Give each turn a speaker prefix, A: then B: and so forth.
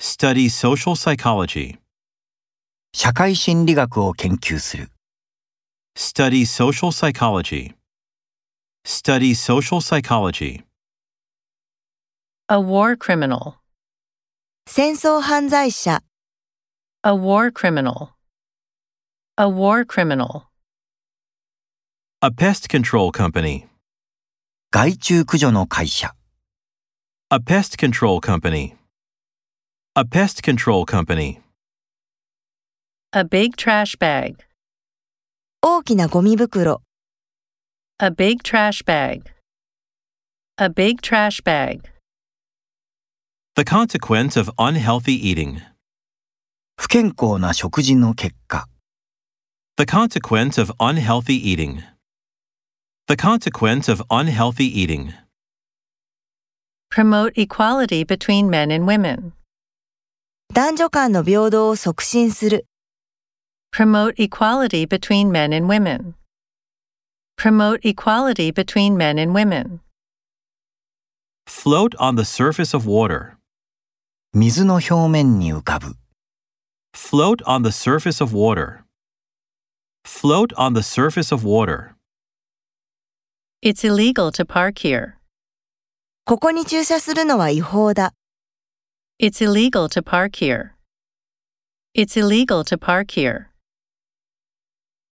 A: Study social psychology.
B: 社会心理学を研究する。
A: Study social psychology. Study social psychology.
C: A war criminal.
D: 戦争犯罪者、
C: A war criminal. A war criminal.
A: A pest control company.
B: 害虫駆除の会社。
A: A pest control company. A pest control company.
C: A big trash bag.
D: 大きなゴミ袋、
C: A big trash bag. A big trash bag.
A: The consequence of unhealthy eating.
B: 不健康な食事の結果。
A: The consequence of unhealthy eating. The consequence of unhealthy eating.
C: Promote equality between men and women.
D: 男女間の平等を促進する、
C: Promote equality between men and women. Promote equality between men and women.
A: Float on the surface of water.
B: 水の表面に浮かぶ。
A: Float on the surface of water. Float on the surface of water.
C: It's illegal to park here.
D: ここに駐車するのは違法だ、
C: It's illegal to park here. It's illegal to park here.